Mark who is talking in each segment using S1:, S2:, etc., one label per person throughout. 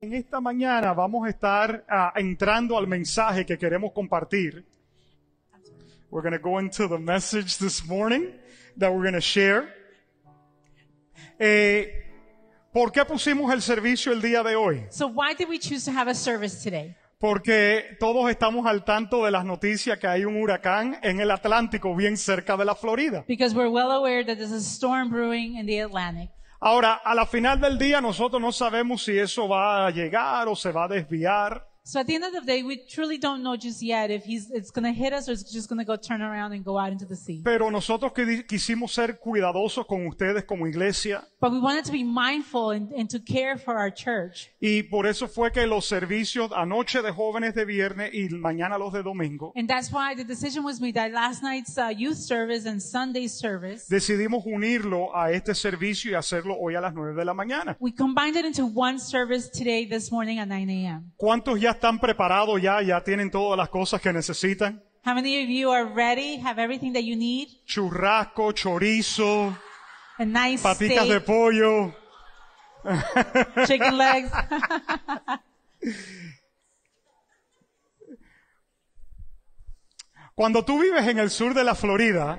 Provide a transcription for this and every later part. S1: En esta mañana vamos a estar ah, entrando al mensaje que queremos compartir. We're going to go into the message this morning that we're going to share. Eh, ¿Por qué pusimos el servicio el día de hoy?
S2: So why did we choose to have a service today?
S1: Porque todos estamos al tanto de las noticias que hay un huracán en el Atlántico, bien cerca de la Florida.
S2: Because we're well aware that there's a storm brewing in the Atlantic.
S1: Ahora, a la final del día nosotros no sabemos si eso va a llegar o se va a desviar.
S2: So at the end of the day, we truly don't know just yet if he's, it's going to hit us or it's just going to go turn around and go out into the sea.
S1: Pero nosotros que- quisimos ser cuidadosos con ustedes como iglesia
S2: But we wanted to be mindful and, and to care for our church.
S1: y por eso fue que los servicios anoche de jóvenes de viernes y mañana los de domingo
S2: And that's why the decision was made that last night's uh, youth service and Sunday service,
S1: decidimos unirlo a este servicio y hacerlo hoy a las 9 de la mañana.
S2: we combined it into one service today, this morning at 9 a.m.
S1: ¿Cuántos ya están preparados ya? ¿Ya tienen todas las cosas que necesitan?
S2: How many of you are ready, have everything that you need?
S1: Churrasco, chorizo,
S2: A nice
S1: paticas de
S2: steak,
S1: pollo.
S2: chicken legs.
S1: Cuando tú vives en el sur de la Florida,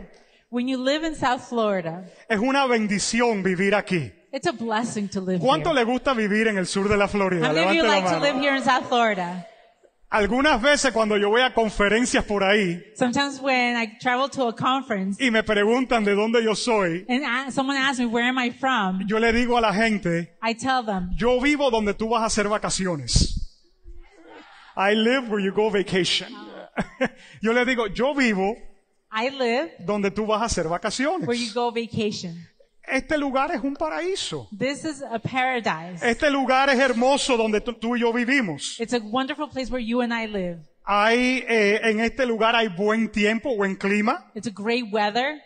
S2: when you live in South Florida,
S1: es una bendición vivir aquí.
S2: It's a blessing to live
S1: ¿Cuánto le
S2: here.
S1: gusta vivir en el sur de la Florida?
S2: How many of you
S1: Levante la
S2: like to
S1: mano.
S2: live here in South Florida?
S1: Algunas veces cuando yo voy a conferencias por ahí
S2: Sometimes when I travel to a conference
S1: y me preguntan de dónde yo soy,
S2: and a- someone asks me, where am I from?
S1: yo le digo a la gente,
S2: I tell them,
S1: yo vivo donde tú vas a hacer vacaciones. I live where you go vacation. Yo le digo, yo vivo
S2: I live
S1: donde tú vas a hacer
S2: where you
S1: vacaciones.
S2: go vacation.
S1: Este lugar es un paraíso.
S2: This is a paradise.
S1: Este lugar es hermoso donde tú- tú y yo vivimos.
S2: It's a wonderful place where you and I live.
S1: Hay, eh, en este lugar hay buen tiempo, buen clima.
S2: It's a great weather.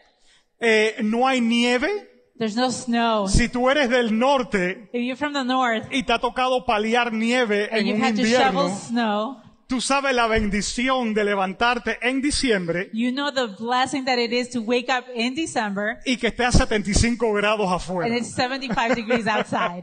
S1: Eh, no hay nieve.
S2: There's no snow.
S1: Si tú eres del norte
S2: If you're from the north
S1: y te ha tocado paliar nieve
S2: and
S1: en
S2: you've
S1: un
S2: had to shovel
S1: invierno,
S2: snow,
S1: tú sabes la bendición de levantarte en diciembre
S2: you know the blessing that it is to wake up in December
S1: y que esté a 75 grados
S2: and
S1: afuera.
S2: it's 75 degrees outside.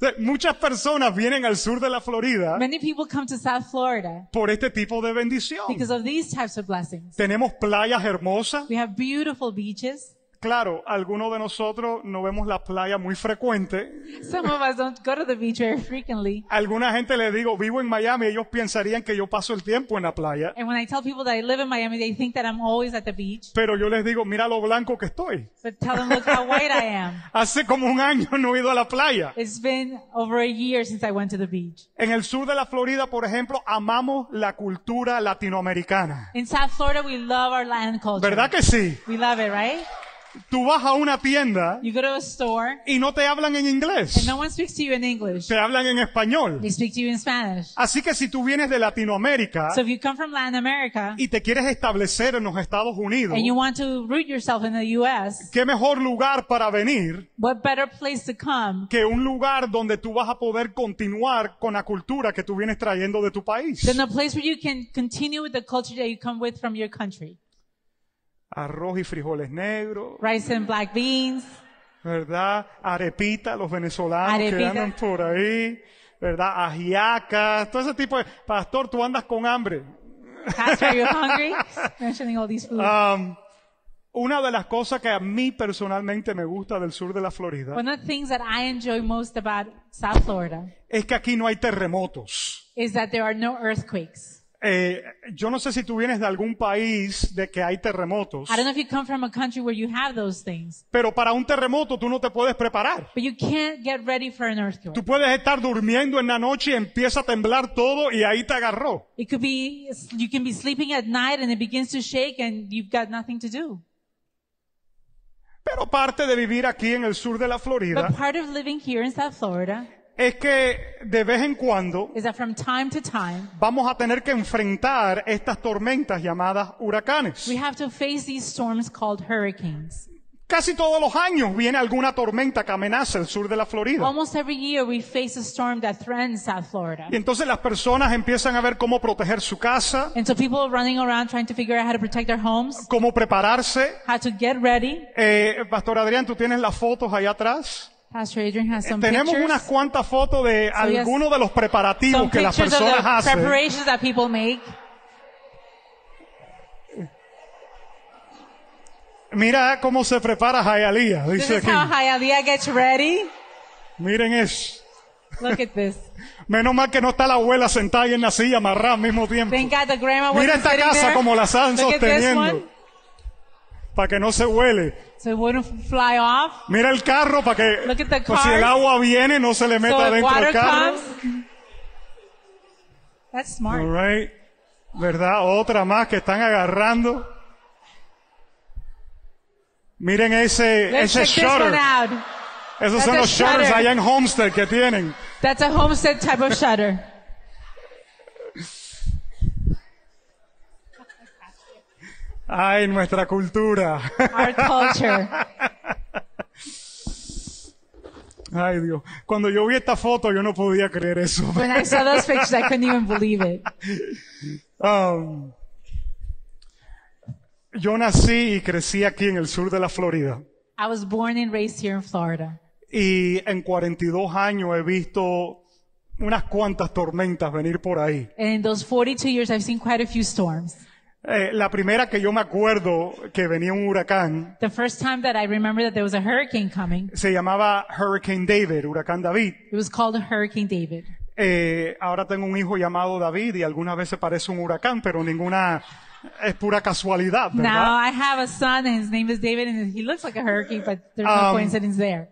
S1: Entonces, Muchas personas vienen al sur de la Florida
S2: Many people come to South Florida
S1: por este tipo de bendición.
S2: because of these types of blessings.
S1: Tenemos playas hermosas.
S2: We have beautiful beaches.
S1: Claro, algunos de nosotros no vemos la playa muy frecuente.
S2: Some of us don't go to the beach very frequently.
S1: Alguna gente le digo, vivo en Miami, ellos pensarían que yo paso el tiempo en la playa.
S2: And when I tell people that I live in Miami, they think that I'm always at the beach.
S1: Pero yo les digo, mira lo blanco que estoy.
S2: But tell them, look how white I am.
S1: Hace como un año no he ido a la playa.
S2: It's been over a year since I went to the beach.
S1: En el sur de la Florida, por ejemplo, amamos la cultura latinoamericana.
S2: In South Florida, we love our Latin culture.
S1: ¿Verdad que sí?
S2: We love it, right?
S1: Tú vas a una tienda
S2: You go to a store
S1: y no te hablan en
S2: and
S1: inglés,
S2: no one speaks to you in English.
S1: te hablan en español.
S2: They speak to you in Spanish.
S1: Así que si tú vienes de Latinoamérica
S2: So if you come from Latin America
S1: y te quieres establecer en los Estados Unidos,
S2: and you want to root yourself in the U.S.,
S1: ¿qué mejor lugar para venir
S2: what better place to come
S1: que un lugar donde tú vas a poder continuar con la cultura que tú vienes trayendo de tu país?
S2: than a place where you can continue with the culture that you come with from your country.
S1: Arroz y frijoles negros,
S2: Rice and black beans,
S1: ¿verdad? Arepita, los venezolanos que
S2: Arepita.
S1: andan por ahí, ¿verdad? Ajiacas, todo ese tipo de... Pastor, tú andas con hambre.
S2: Pastor, are you hungry? Mentioning all these foods.
S1: Um, una de las cosas que a mí personalmente me gusta del sur de la Florida
S2: One of the things that I enjoy most about South Florida
S1: es que aquí no hay terremotos.
S2: is that there are no earthquakes.
S1: Eh, yo no sé si tú vienes de algún país de que hay terremotos,
S2: I don't know if you come from a country where you have those things,
S1: pero para un terremoto tú no te puedes preparar.
S2: but you can't get ready for an
S1: Tú
S2: earthquake.
S1: puedes estar durmiendo en la noche y empieza a temblar todo y ahí te agarró.
S2: It could be, you can be sleeping at night and it begins to shake and you've got nothing to do.
S1: Pero parte de vivir aquí en el sur de la Florida
S2: But part of living here in South Florida
S1: es que de vez en cuando
S2: is that from time to time,
S1: vamos a tener que enfrentar estas tormentas llamadas
S2: we
S1: huracanes.
S2: have to face these storms called hurricanes.
S1: Casi todos los años viene alguna tormenta que amenaza el sur de la Florida.
S2: Almost every year we face a storm that threatens South Florida.
S1: Y entonces las personas empiezan a ver cómo proteger su casa,
S2: And so people are running around trying to figure out how to protect their homes,
S1: cómo prepararse.
S2: how to get ready.
S1: Eh, Pastor Adrián, tú tienes las fotos allá atrás.
S2: Pastor Adrian has some
S1: Tenemos unas
S2: pictures.
S1: cuantas fotos de
S2: So, yes.
S1: algunos de los preparativos
S2: Some
S1: que las
S2: pictures of
S1: personas
S2: the
S1: hacen.
S2: preparations that people make.
S1: Mira cómo se prepara Jayalía,
S2: This
S1: dice
S2: is how
S1: aquí.
S2: Hialeah gets ready.
S1: Miren eso.
S2: Look at this.
S1: Menos mal que no está la abuela sentada ahí en la silla amarrada al mismo tiempo.
S2: Thank God the grandma
S1: Mira
S2: wasn't
S1: esta
S2: sitting
S1: casa
S2: there.
S1: como la están
S2: Look at this
S1: sosteniendo
S2: one.
S1: para que no se huele.
S2: So it wouldn't fly off.
S1: Mira el carro para que
S2: Look at the
S1: pues, si
S2: cars.
S1: el agua viene no se le
S2: So
S1: meta
S2: if
S1: dentro
S2: water
S1: del carro.
S2: comes, that's
S1: All
S2: smart.
S1: right. ¿Verdad? Otra más que están agarrando. Miren ese,
S2: Let's
S1: ese
S2: check this one
S1: shutter.
S2: out.
S1: Esos son
S2: That's a
S1: los shutters
S2: shutter.
S1: allá en Homestead que tienen.
S2: That's a homestead type of shutter.
S1: Ay, nuestra cultura.
S2: Our culture.
S1: Ay, Dios. Cuando yo vi esta foto, yo no podía creer eso.
S2: When I saw those pictures, I couldn't even believe it.
S1: Um, yo nací y crecí aquí en el sur de la Florida.
S2: I was born and raised here in Florida.
S1: Y en 42 años he visto unas cuantas tormentas venir por ahí.
S2: And in those 42 years, I've seen quite a few storms.
S1: Eh, la primera que yo me acuerdo que venía un huracán
S2: The first time that I remember that there was a hurricane coming,
S1: se llamaba Hurricane David, Huracán David.
S2: it was called Hurricane David.
S1: Eh, ahora tengo un hijo llamado David y algunas veces parece un huracán, pero ninguna es pura casualidad,
S2: Now
S1: ¿verdad?
S2: I have a son and his name is David and he looks like a hurricane, but there's no
S1: Um,
S2: coincidence there.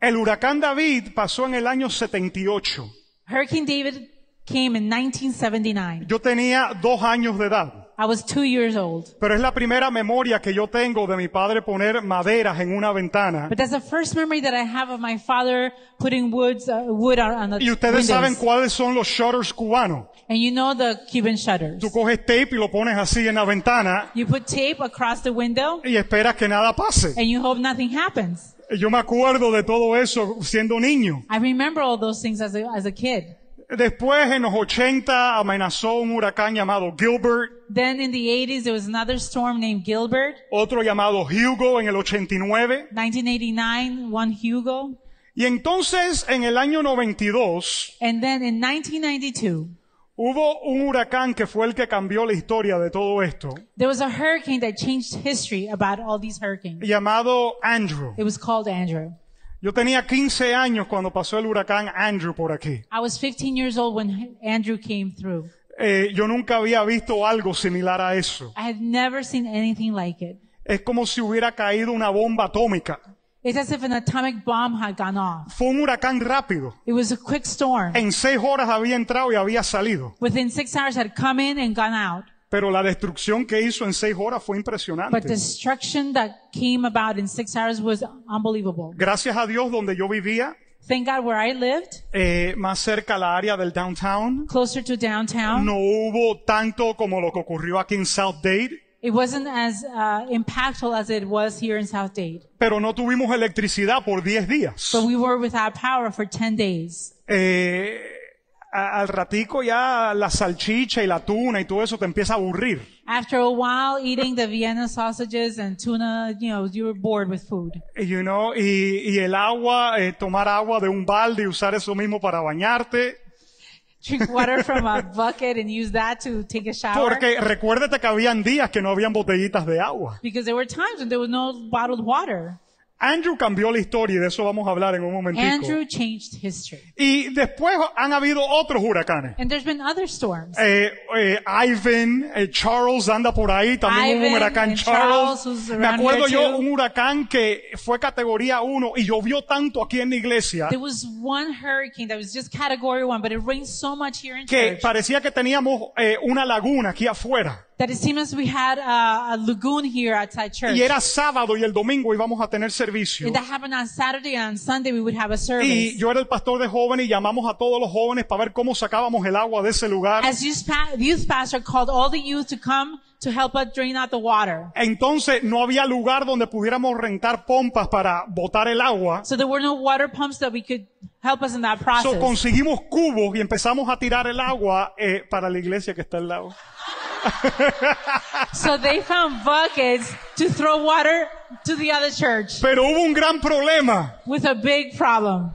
S1: El huracán David pasó en el año 78.
S2: Hurricane David came in 1979.
S1: Yo tenía dos años de edad.
S2: I was two years old.
S1: Pero es la primera memoria que yo tengo de mi padre poner maderas en una ventana.
S2: But that's the first memory that I have of my father putting woods, uh, wood on, on the
S1: Y ustedes saben
S2: windows.
S1: cuáles son los shutters cubanos.
S2: And you know the Cuban shutters.
S1: Tú coges tape y lo pones así en la ventana
S2: You put tape across the window
S1: y esperas que nada pase.
S2: and you hope nothing happens.
S1: Yo me acuerdo de todo eso siendo niño.
S2: I remember all those things as a, as a kid.
S1: Después, en los 80, amenazó un huracán llamado Gilbert,
S2: Then in the 80s, there was another storm named Gilbert.
S1: otro llamado Hugo en el 89.
S2: 1989, one Hugo.
S1: Y entonces, en el año 92,
S2: And then in 1992,
S1: hubo un huracán que fue el que cambió la historia de todo esto,
S2: there was a hurricane that changed history about all these hurricanes.
S1: llamado Andrew.
S2: It was called Andrew.
S1: Yo tenía 15 años cuando pasó el huracán Andrew por aquí.
S2: I was 15 years old when Andrew came through.
S1: Eh, yo nunca había visto algo similar a eso.
S2: I had never seen anything like it.
S1: Es como si hubiera caído una bomba atómica.
S2: It's as if an atomic bomb had gone off.
S1: Fue un huracán rápido.
S2: It was a quick storm.
S1: En seis horas había entrado y había salido.
S2: Within six hours had come in and gone out.
S1: Pero la destrucción que hizo en seis horas fue
S2: But
S1: impresionante.
S2: destruction that came about in six hours was unbelievable.
S1: Gracias a Dios, donde yo vivía,
S2: Thank God where I lived,
S1: eh, más cerca a la área del downtown,
S2: closer to downtown,
S1: no hubo tanto como lo que ocurrió aquí en South Dade,
S2: it wasn't as uh, impactful as it was here in South Dade.
S1: pero no tuvimos electricidad por 10 días.
S2: But we were without power for 10 days.
S1: Eh, a- al ratico ya la salchicha y la tuna y todo eso te empieza a aburrir.
S2: After a while, eating the Vienna sausages and tuna, you know, you were bored with food.
S1: You know, y, y el agua, eh, tomar agua de un balde y usar eso mismo para bañarte.
S2: Drink water from a bucket and use that to take a shower.
S1: Porque recuérdate que habían días que no habían botellitas de agua.
S2: Because there were times when there was no bottled water.
S1: Andrew cambió la historia y de eso vamos a hablar en un momentico.
S2: Andrew changed history.
S1: Y después han habido otros huracanes.
S2: And there's been other storms.
S1: Eh, eh, Ivan, eh, Charles anda por ahí, también hubo un
S2: Ivan
S1: huracán
S2: and
S1: Charles.
S2: Charles, who's
S1: Me
S2: around
S1: acuerdo
S2: here
S1: yo
S2: too.
S1: un huracán que fue categoría 1 y llovió tanto aquí en la iglesia
S2: There was one hurricane that was just category one, but it rained so much here in
S1: que
S2: church
S1: parecía que teníamos eh, una laguna aquí afuera.
S2: that it seemed as we had a, a lagoon here outside church.
S1: Y era sábado y el domingo íbamos a tener servicio.
S2: And that happened on Saturday and on Sunday we would have a
S1: Y
S2: service.
S1: yo era el pastor de jóvenes y llamamos a todos los jóvenes para ver cómo sacábamos el agua de ese lugar.
S2: As youth, pa- youth pastor called all the youth to come to help us drain out the water.
S1: Entonces no había lugar donde pudiéramos rentar pompas para botar el agua.
S2: So there were no water pumps that we could help us in that
S1: So,
S2: process.
S1: conseguimos cubos y empezamos a tirar el agua eh, para la iglesia que está al lado.
S2: So they found buckets to throw water to the other church
S1: Pero hubo un gran problema,
S2: with a big problem.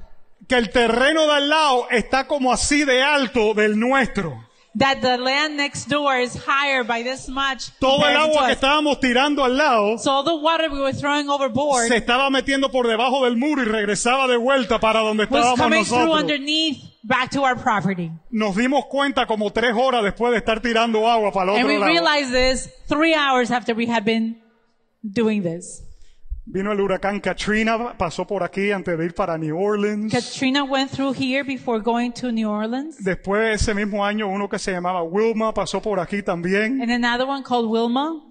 S1: que el terreno de al lado está como así de alto del nuestro.
S2: That the land next door is higher by this much.
S1: Todo el
S2: compared to
S1: agua que
S2: us.
S1: estábamos tirando al lado
S2: So all the water we were throwing overboard
S1: se estaba metiendo por debajo del muro y regresaba de vuelta para donde
S2: was
S1: estábamos
S2: coming through
S1: nosotros.
S2: underneath back to our property.
S1: Nos dimos cuenta como tres horas después de estar tirando agua para el
S2: And we
S1: otro lado.
S2: realized this three hours after we had been doing this.
S1: Vino el huracán Katrina, pasó por aquí antes de ir para New Orleans.
S2: Katrina went through here before going to New Orleans.
S1: Después de ese mismo año, uno que se llamaba Wilma pasó por aquí también.
S2: And another one called Wilma.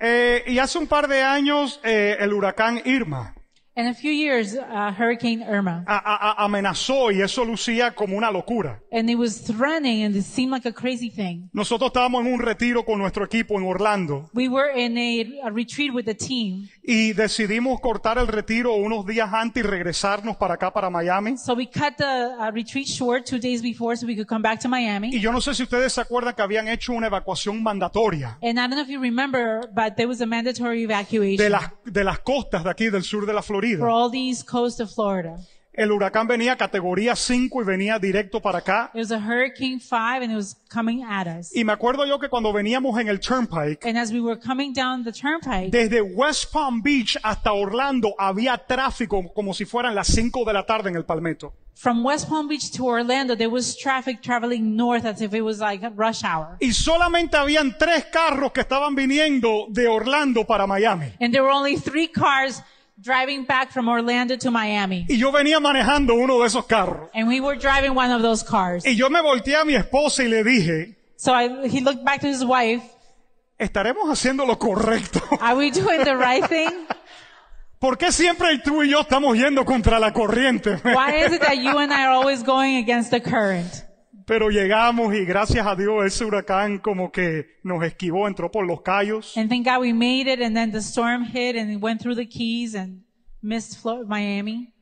S1: Eh, y hace un par de años, eh, el huracán Irma
S2: And a few years, uh, Hurricane Irma.
S1: a- a- a- amenazó y eso lucía como una locura.
S2: And it was threatening and it seemed like a crazy thing.
S1: Nosotros estábamos en un retiro con nuestro equipo en Orlando
S2: We were in a, a retreat with the team.
S1: y decidimos cortar el retiro unos días antes y regresarnos para acá, para Miami.
S2: So we cut the uh, retreat short two days before so we could come back to Miami.
S1: Y yo no sé si ustedes se acuerdan que habían hecho una evacuación mandatoria
S2: And I don't know if you remember, but there was a mandatory
S1: de
S2: evacuation
S1: las, de las costas de aquí, del sur de la
S2: for
S1: Florida.
S2: all the east coast of Florida.
S1: El huracán venía categoría 5 y venía directo para acá.
S2: It was a Hurricane 5 and it was coming at us.
S1: Y me acuerdo yo que cuando veníamos en el Turnpike,
S2: And as we were coming down the turnpike,
S1: desde West Palm Beach hasta Orlando había tráfico como si fueran las 5 de la tarde en el Palmetto.
S2: from West Palm Beach to Orlando, there was traffic traveling north as if it was like rush hour.
S1: Y solamente habían tres carros que estaban viniendo de Orlando para Miami.
S2: And there were only three cars driving back from Orlando to Miami.
S1: Y yo venía manejando uno de esos carros.
S2: And we were driving one of those cars.
S1: Y yo me volteé a mi esposa y le dije,
S2: So I, he looked back to his wife.
S1: estaremos haciendo lo correcto.
S2: Are we doing the right thing?
S1: ¿Por qué siempre tú y yo estamos yendo contra la corriente?
S2: Why is it that you and I are always going against the current?
S1: Pero llegamos y gracias a Dios ese huracán como que nos esquivó, entró por los callos.
S2: And thank God we made it. And then the storm hit and it went through the Keys and missed Flo- Miami.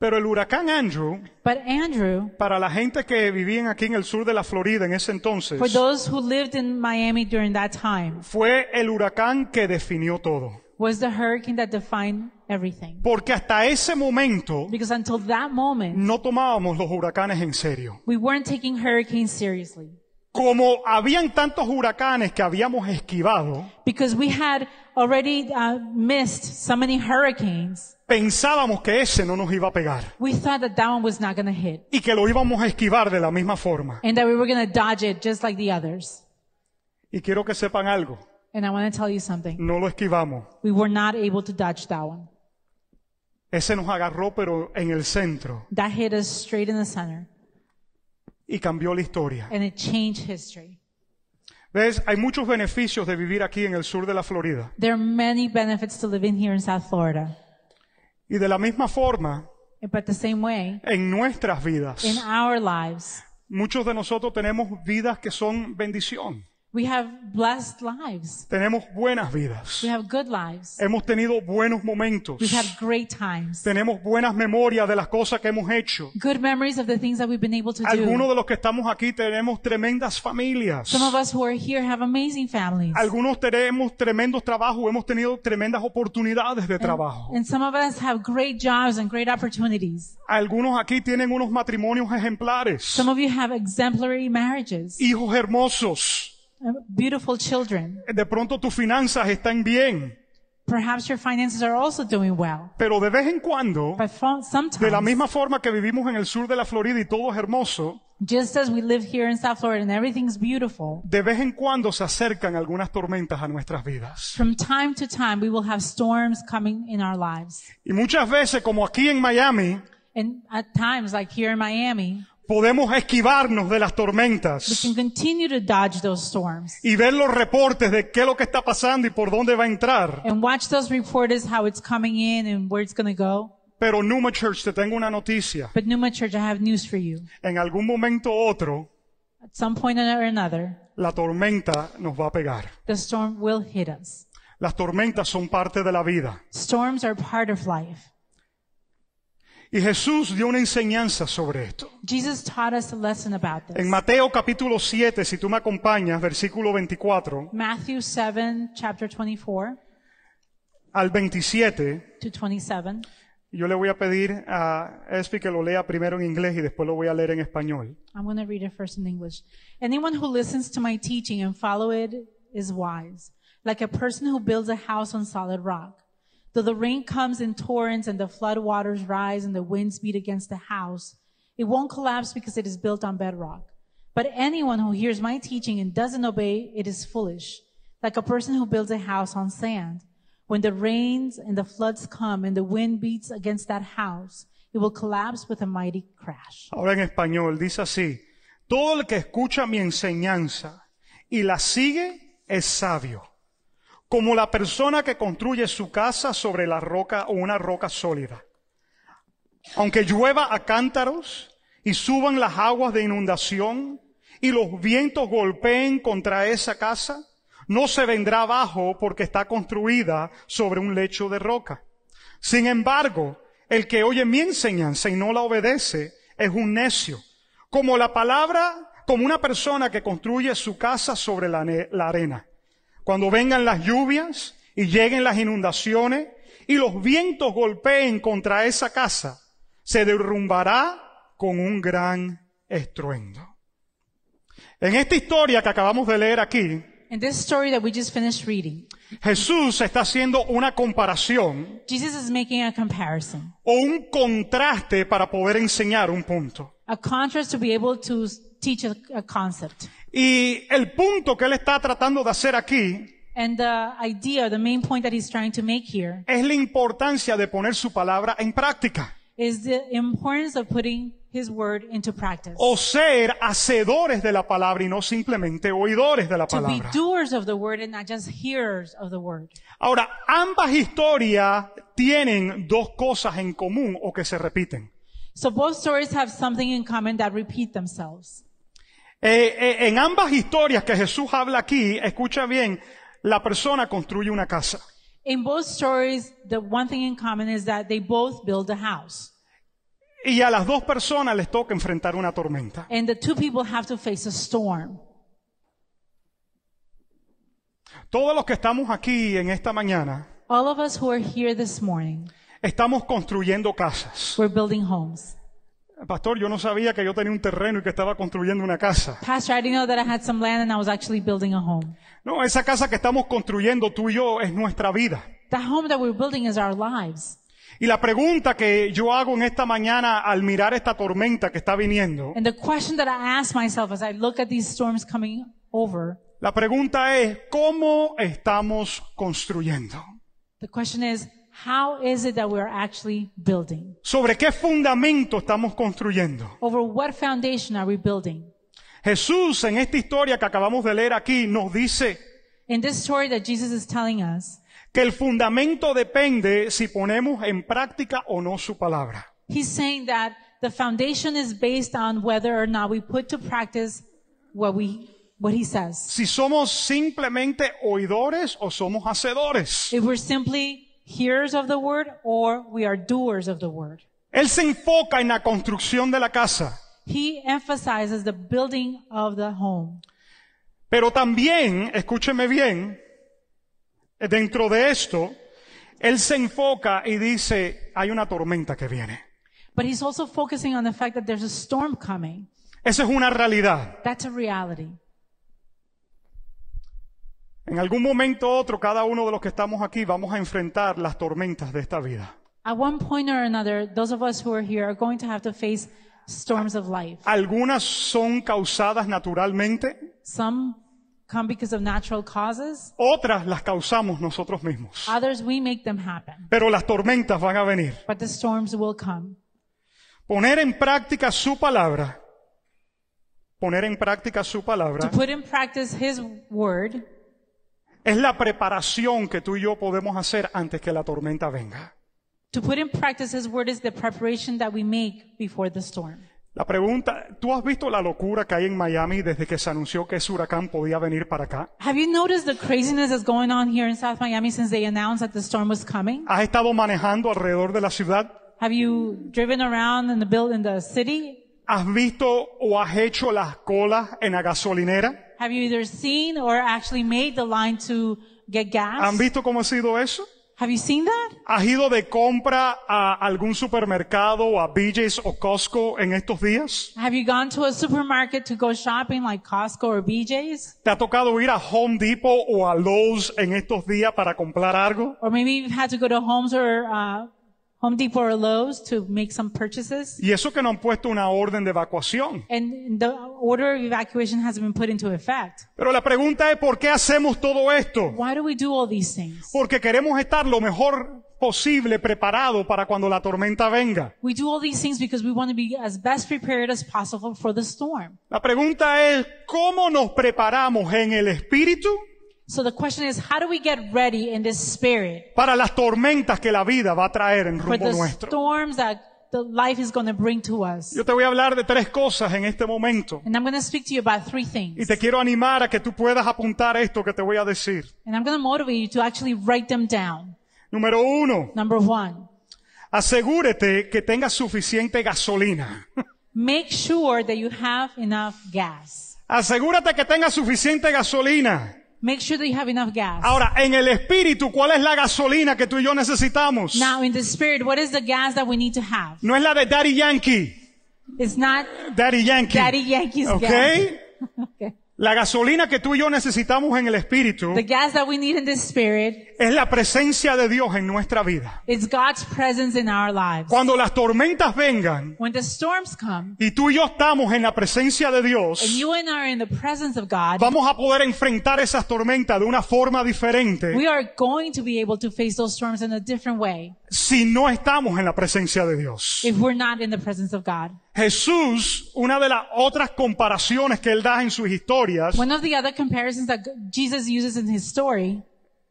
S1: Pero el huracán Andrew,
S2: But Andrew,
S1: para la gente que vivían aquí en el sur de la Florida en ese entonces,
S2: for those who lived in Miami during that time,
S1: fue el huracán que definió todo.
S2: was the hurricane that defined everything.
S1: Porque hasta ese momento
S2: Because until that moment,
S1: no tomábamos los huracanes en serio.
S2: we weren't taking hurricanes seriously.
S1: Como habían tantos huracanes que habíamos esquivado,
S2: Because we had already uh, missed so many hurricanes,
S1: pensábamos que ese no nos iba a pegar
S2: we thought that that one was not going to hit
S1: y que lo íbamos a esquivar de la misma forma.
S2: and that we were going to dodge it just like the others.
S1: Y quiero que sepan algo,
S2: And I want to tell you something.
S1: no lo esquivamos.
S2: We were not able to dodge that one.
S1: Ese nos agarró pero en el centro
S2: That hit us straight in the center
S1: y cambió la historia.
S2: and it changed history.
S1: ¿Ves? Hay muchos beneficios de vivir aquí en el sur de la Florida.
S2: There are many benefits to living here in South Florida.
S1: Y de la misma forma,
S2: But the same way,
S1: en nuestras
S2: in
S1: vidas,
S2: our lives,
S1: muchos de nosotros tenemos vidas que son bendición.
S2: we have blessed lives.
S1: Tenemos buenas vidas.
S2: We have good lives.
S1: Hemos tenido buenos momentos.
S2: We have great times.
S1: Tenemos buenas memorias de las cosas que hemos hecho.
S2: Good memories of the things that we've been able to do.
S1: Algunos de los que estamos aquí tenemos tremendas familias.
S2: Some of us who are here have amazing families.
S1: Algunos tenemos tremendos trabajos, hemos tenido tremendas oportunidades de trabajo.
S2: And some of us have great jobs and great opportunities.
S1: Algunos aquí tienen unos matrimonios ejemplares,
S2: Some of you have exemplary marriages,
S1: hijos hermosos.
S2: uh, beautiful children.
S1: De pronto tus finanzas están bien,
S2: Perhaps your finances are also doing well.
S1: pero de vez en cuando,
S2: But from,
S1: de la
S2: sometimes,
S1: misma forma que vivimos en el sur de la Florida y todo es hermoso,
S2: just as we live here in South Florida and everything's beautiful,
S1: de vez en cuando se acercan algunas tormentas a nuestras vidas.
S2: from time to time we will have storms coming in our lives.
S1: Y muchas veces, como aquí en Miami,
S2: And at times, like here in Miami,
S1: podemos esquivarnos de las
S2: we
S1: tormentas
S2: can continue to dodge those storms
S1: y ver los reportes de qué es lo que está pasando y por dónde va a entrar.
S2: and watch those reporters how it's coming in and where it's going to go.
S1: Pero Numa Church, te tengo una noticia.
S2: But Numa Church, I have news for you.
S1: En algún momento u otro,
S2: At some point or another,
S1: la tormenta nos va a pegar.
S2: the storm will hit us.
S1: Las tormentas son parte de la vida.
S2: Storms are part of life.
S1: Y Y Jesús dio una enseñanza sobre esto.
S2: Jesus taught us a lesson about
S1: En
S2: this.
S1: Mateo capítulo 7, si tú me acompañas, versículo 24
S2: Matthew 7, chapter 24
S1: al 27,
S2: to 27.
S1: yo le voy a pedir a Espi que lo lea primero en inglés y después lo voy a leer en español.
S2: I'm going to read it first in English. Anyone who listens to my teaching and follow it is wise, like a person who builds a house on solid rock. Though the rain comes in torrents and the flood waters rise and the winds beat against the house, it won't collapse because it is built on bedrock. But anyone who hears my teaching and doesn't obey it is foolish, like a person who builds a house on sand. When the rains and the floods come and the wind beats against that house, it will collapse with a mighty crash.
S1: Ahora en español dice así, todo el que escucha mi enseñanza y la sigue es sabio, como la persona que construye su casa sobre la roca o una roca sólida. Aunque llueva a cántaros y suban las aguas de inundación y los vientos golpeen contra esa casa, no se vendrá abajo porque está construida sobre un lecho de roca. Sin embargo, el que oye mi enseñanza y no la obedece es un necio, como la palabra, como una persona que construye su casa sobre la, ne- la arena. Cuando vengan las lluvias y lleguen las inundaciones y los vientos golpeen contra esa casa, se derrumbará con un gran estruendo. En esta historia que acabamos de leer aquí,
S2: In this story that we just finished reading,
S1: Jesús está haciendo una comparación
S2: Jesus is making a comparison,
S1: o un contraste para poder enseñar un punto.
S2: a contrast to be able to s- teach a, a concept.
S1: Y el punto que él está tratando de hacer aquí
S2: And the idea, the main point that he's trying to make here,
S1: es la importancia de poner su palabra en práctica
S2: is the importance of putting his word into practice.
S1: o ser hacedores de la palabra y no simplemente oidores de la
S2: To be
S1: palabra.
S2: doers of the word and not just hearers of the word.
S1: Ahora, ambas historias tienen dos cosas en común o que se repiten.
S2: So both stories have something in common that repeat themselves.
S1: Eh, eh, en ambas historias que Jesús habla aquí, escucha bien, la persona construye una casa.
S2: In both stories, the one thing in common is that they both build a house.
S1: Y a las dos personas les toca enfrentar una tormenta.
S2: And the two people have to face a storm.
S1: Todos los que estamos aquí en esta mañana
S2: All of us who are here this morning,
S1: estamos construyendo casas.
S2: we're building homes.
S1: Pastor, yo no sabía que yo tenía un terreno y que estaba construyendo una casa.
S2: Pastor, I didn't know that I had some land and I was actually building a home.
S1: No, esa casa que estamos construyendo tú y yo es nuestra vida.
S2: The home that we're building is our lives.
S1: Y la pregunta que yo hago en esta mañana al mirar esta tormenta que está viniendo,
S2: And the question that I ask myself as I look at these storms coming over,
S1: la pregunta es, ¿cómo estamos construyendo?
S2: the question is, how is it that we're actually building?
S1: ¿Sobre qué fundamento estamos construyendo?
S2: Over what foundation are we building?
S1: Jesús en esta historia que acabamos de leer aquí nos dice
S2: In this story that Jesus is telling us,
S1: que el fundamento depende si ponemos en práctica o no su palabra.
S2: he's saying that the foundation is based on whether or not we put to practice what we, what he says.
S1: si somos simplemente oidores o somos hacedores.
S2: if we're simply hearers of the word or we are doers of the word.
S1: Él se enfoca en la construcción de la casa,
S2: He emphasizes the building of the home.
S1: pero también, escúcheme bien, dentro de esto, Él se enfoca y dice, hay una tormenta que viene.
S2: But he's also focusing on the fact that there's a storm coming.
S1: Esa es una realidad.
S2: That's a reality.
S1: En algún momento u otro, cada uno de los que estamos aquí vamos a enfrentar las tormentas de esta vida.
S2: At one point or another, those of us who are here are going to have to face storms of life.
S1: Algunas son causadas naturalmente,
S2: Some come because of natural causes.
S1: otras las causamos nosotros mismos.
S2: Others, we make them happen.
S1: Pero las tormentas van a venir.
S2: But the storms will come.
S1: Poner en práctica su palabra. Poner en práctica su
S2: To
S1: palabra
S2: put in practice his word
S1: es la preparación que tú y yo podemos hacer antes que la tormenta venga.
S2: To put in practice His word is the preparation that we make before the storm.
S1: La pregunta, ¿tú has visto la locura que hay en Miami desde que se anunció que ese huracán podía venir para acá?
S2: Have you noticed the craziness that's going on here in South Miami since they announced that the storm was coming?
S1: ¿Has estado manejando alrededor de la ciudad?
S2: Have you driven around in the build in the city?
S1: ¿Has visto o has hecho las colas en la gasolinera?
S2: Have you either seen or actually made the line to get
S1: ¿Han
S2: gas?
S1: visto cómo ha sido eso?
S2: Have you seen that?
S1: ¿Has ido de compra a algún supermercado o a BJ's o Costco en estos días?
S2: Have you gone to a supermarket to go shopping like Costco or BJ's?
S1: ¿Te ha tocado ir a Home Depot o a Lowe's en estos días para comprar algo?
S2: Or maybe you've had to go to Homes or uh, Home Depot or Lowe's to make some purchases?
S1: Y eso que no han puesto una orden de evacuación.
S2: And the order of evacuation hasn't been put into effect.
S1: Pero la pregunta es, ¿por qué hacemos todo esto?
S2: Why do we do all these things?
S1: Porque queremos estar lo mejor posible preparado para cuando la tormenta venga.
S2: We do all these things because we want to be as best prepared as possible for the storm.
S1: La pregunta es, ¿cómo nos preparamos en el espíritu
S2: So the question is, how do we get ready in this spirit
S1: para las tormentas que la vida va a traer en
S2: for
S1: rumbo
S2: the
S1: nuestro?
S2: storms that the life is going to bring to us?
S1: Yo te voy a hablar de tres cosas en este momento.
S2: And I'm going to speak to you about three
S1: Y
S2: things.
S1: te quiero animar a que tú puedas apuntar esto que te voy a decir.
S2: And I'm going to motivate you to actually write them down.
S1: Número uno,
S2: Number one,
S1: asegúrate que tengas suficiente gasolina.
S2: make sure that you have enough gas.
S1: Asegúrate que tengas suficiente gasolina.
S2: Make sure that you have enough gas.
S1: Ahora, en el espíritu, ¿cuál es la gasolina que tú y yo necesitamos?
S2: Now in the spirit, what is the gas that we need to have?
S1: No es la de Daddy Yankee.
S2: It's not
S1: Daddy Yankee.
S2: Daddy Yankee's
S1: ¿Ok?
S2: gas. Okay.
S1: La gasolina que tú y yo necesitamos en el espíritu
S2: The gas that we need in this spirit
S1: es la presencia de Dios en nuestra vida.
S2: is God's presence in our lives.
S1: Cuando las tormentas vengan
S2: When the storms come
S1: y tú y yo estamos en la presencia de
S2: and
S1: Dios,
S2: you and I are in the presence of God,
S1: vamos a poder enfrentar esas tormentas de una forma diferente
S2: we are going to be able to face those storms in a different way
S1: si no estamos en la presencia de Dios.
S2: if we're not in the presence of God.
S1: Jesús, una de las otras comparaciones que él da en sus historias,
S2: One of the other comparisons that Jesus uses in his story,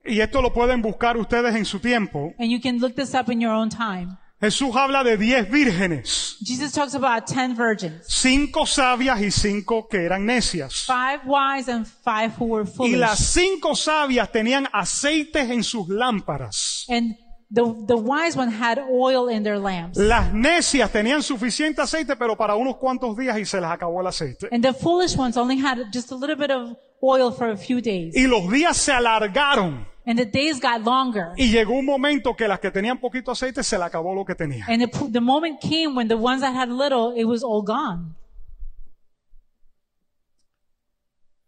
S1: y esto lo pueden buscar ustedes en su tiempo,
S2: and you can look this up in your own time.
S1: Jesús habla de diez vírgenes,
S2: Jesus talks about 10 virgins,
S1: cinco sabias y cinco que eran necias.
S2: five wise and five who were
S1: Y las
S2: foolish.
S1: cinco sabias tenían aceites en sus lámparas.
S2: And the, the wise one had oil in their lamps.
S1: Las necias tenían suficiente aceite, pero para unos cuantos días y se les acabó el aceite.
S2: And the foolish ones only had just a little bit of oil for a few days.
S1: Y los días se alargaron.
S2: And the days got longer.
S1: Y llegó un momento que las que tenían poquito aceite se le acabó lo que tenían.
S2: And the, the moment came when the ones that had little, it was all gone.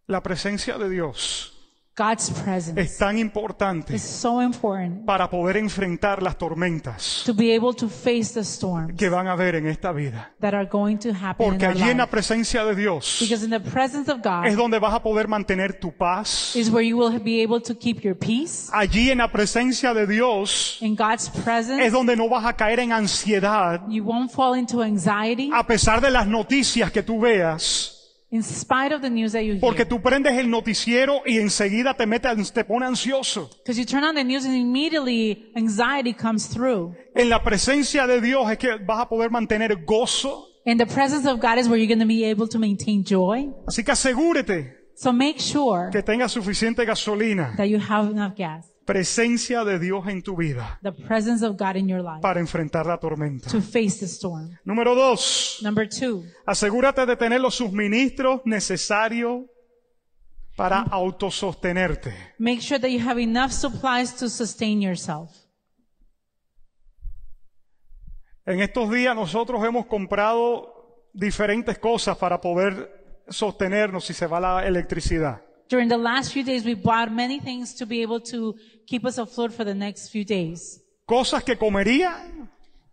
S1: La presencia de Dios
S2: God's presence
S1: es tan importante
S2: is so important
S1: para poder enfrentar las tormentas
S2: to be able to face the storms
S1: que van a haber en esta vida.
S2: that are going to happen in
S1: Porque
S2: our
S1: allí en la
S2: life.
S1: presencia de Dios
S2: Because in the presence of
S1: es
S2: God
S1: donde vas a poder mantener tu paz.
S2: is where you will be able to keep your peace.
S1: Allí en la presencia de Dios
S2: In God's
S1: es
S2: presence,
S1: donde no vas a caer en ansiedad
S2: you won't fall into anxiety
S1: a pesar de las noticias que tú veas,
S2: in spite of the news that you
S1: porque
S2: hear.
S1: tú prendes el noticiero y enseguida te mete, te pone ansioso.
S2: Because you turn on the news and immediately anxiety comes through.
S1: En la presencia de Dios es que vas a poder mantener gozo,
S2: In the presence of God is where you're going to be able to maintain joy.
S1: así que asegúrete
S2: So make sure
S1: que tengas suficiente gasolina,
S2: that you have enough gas,
S1: presencia de Dios en tu vida
S2: the presence of God in your life
S1: para enfrentar la tormenta.
S2: to face the storm.
S1: Número dos,
S2: Number two,
S1: asegúrate de tener los suministros necesarios para autosostenerte.
S2: make sure that you have enough supplies to sustain yourself.
S1: En estos días nosotros hemos comprado diferentes cosas para poder sostenernos si se va la electricidad.
S2: During the last few days, we bought many things to be able to keep us afloat for the next few days.
S1: Cosas que comería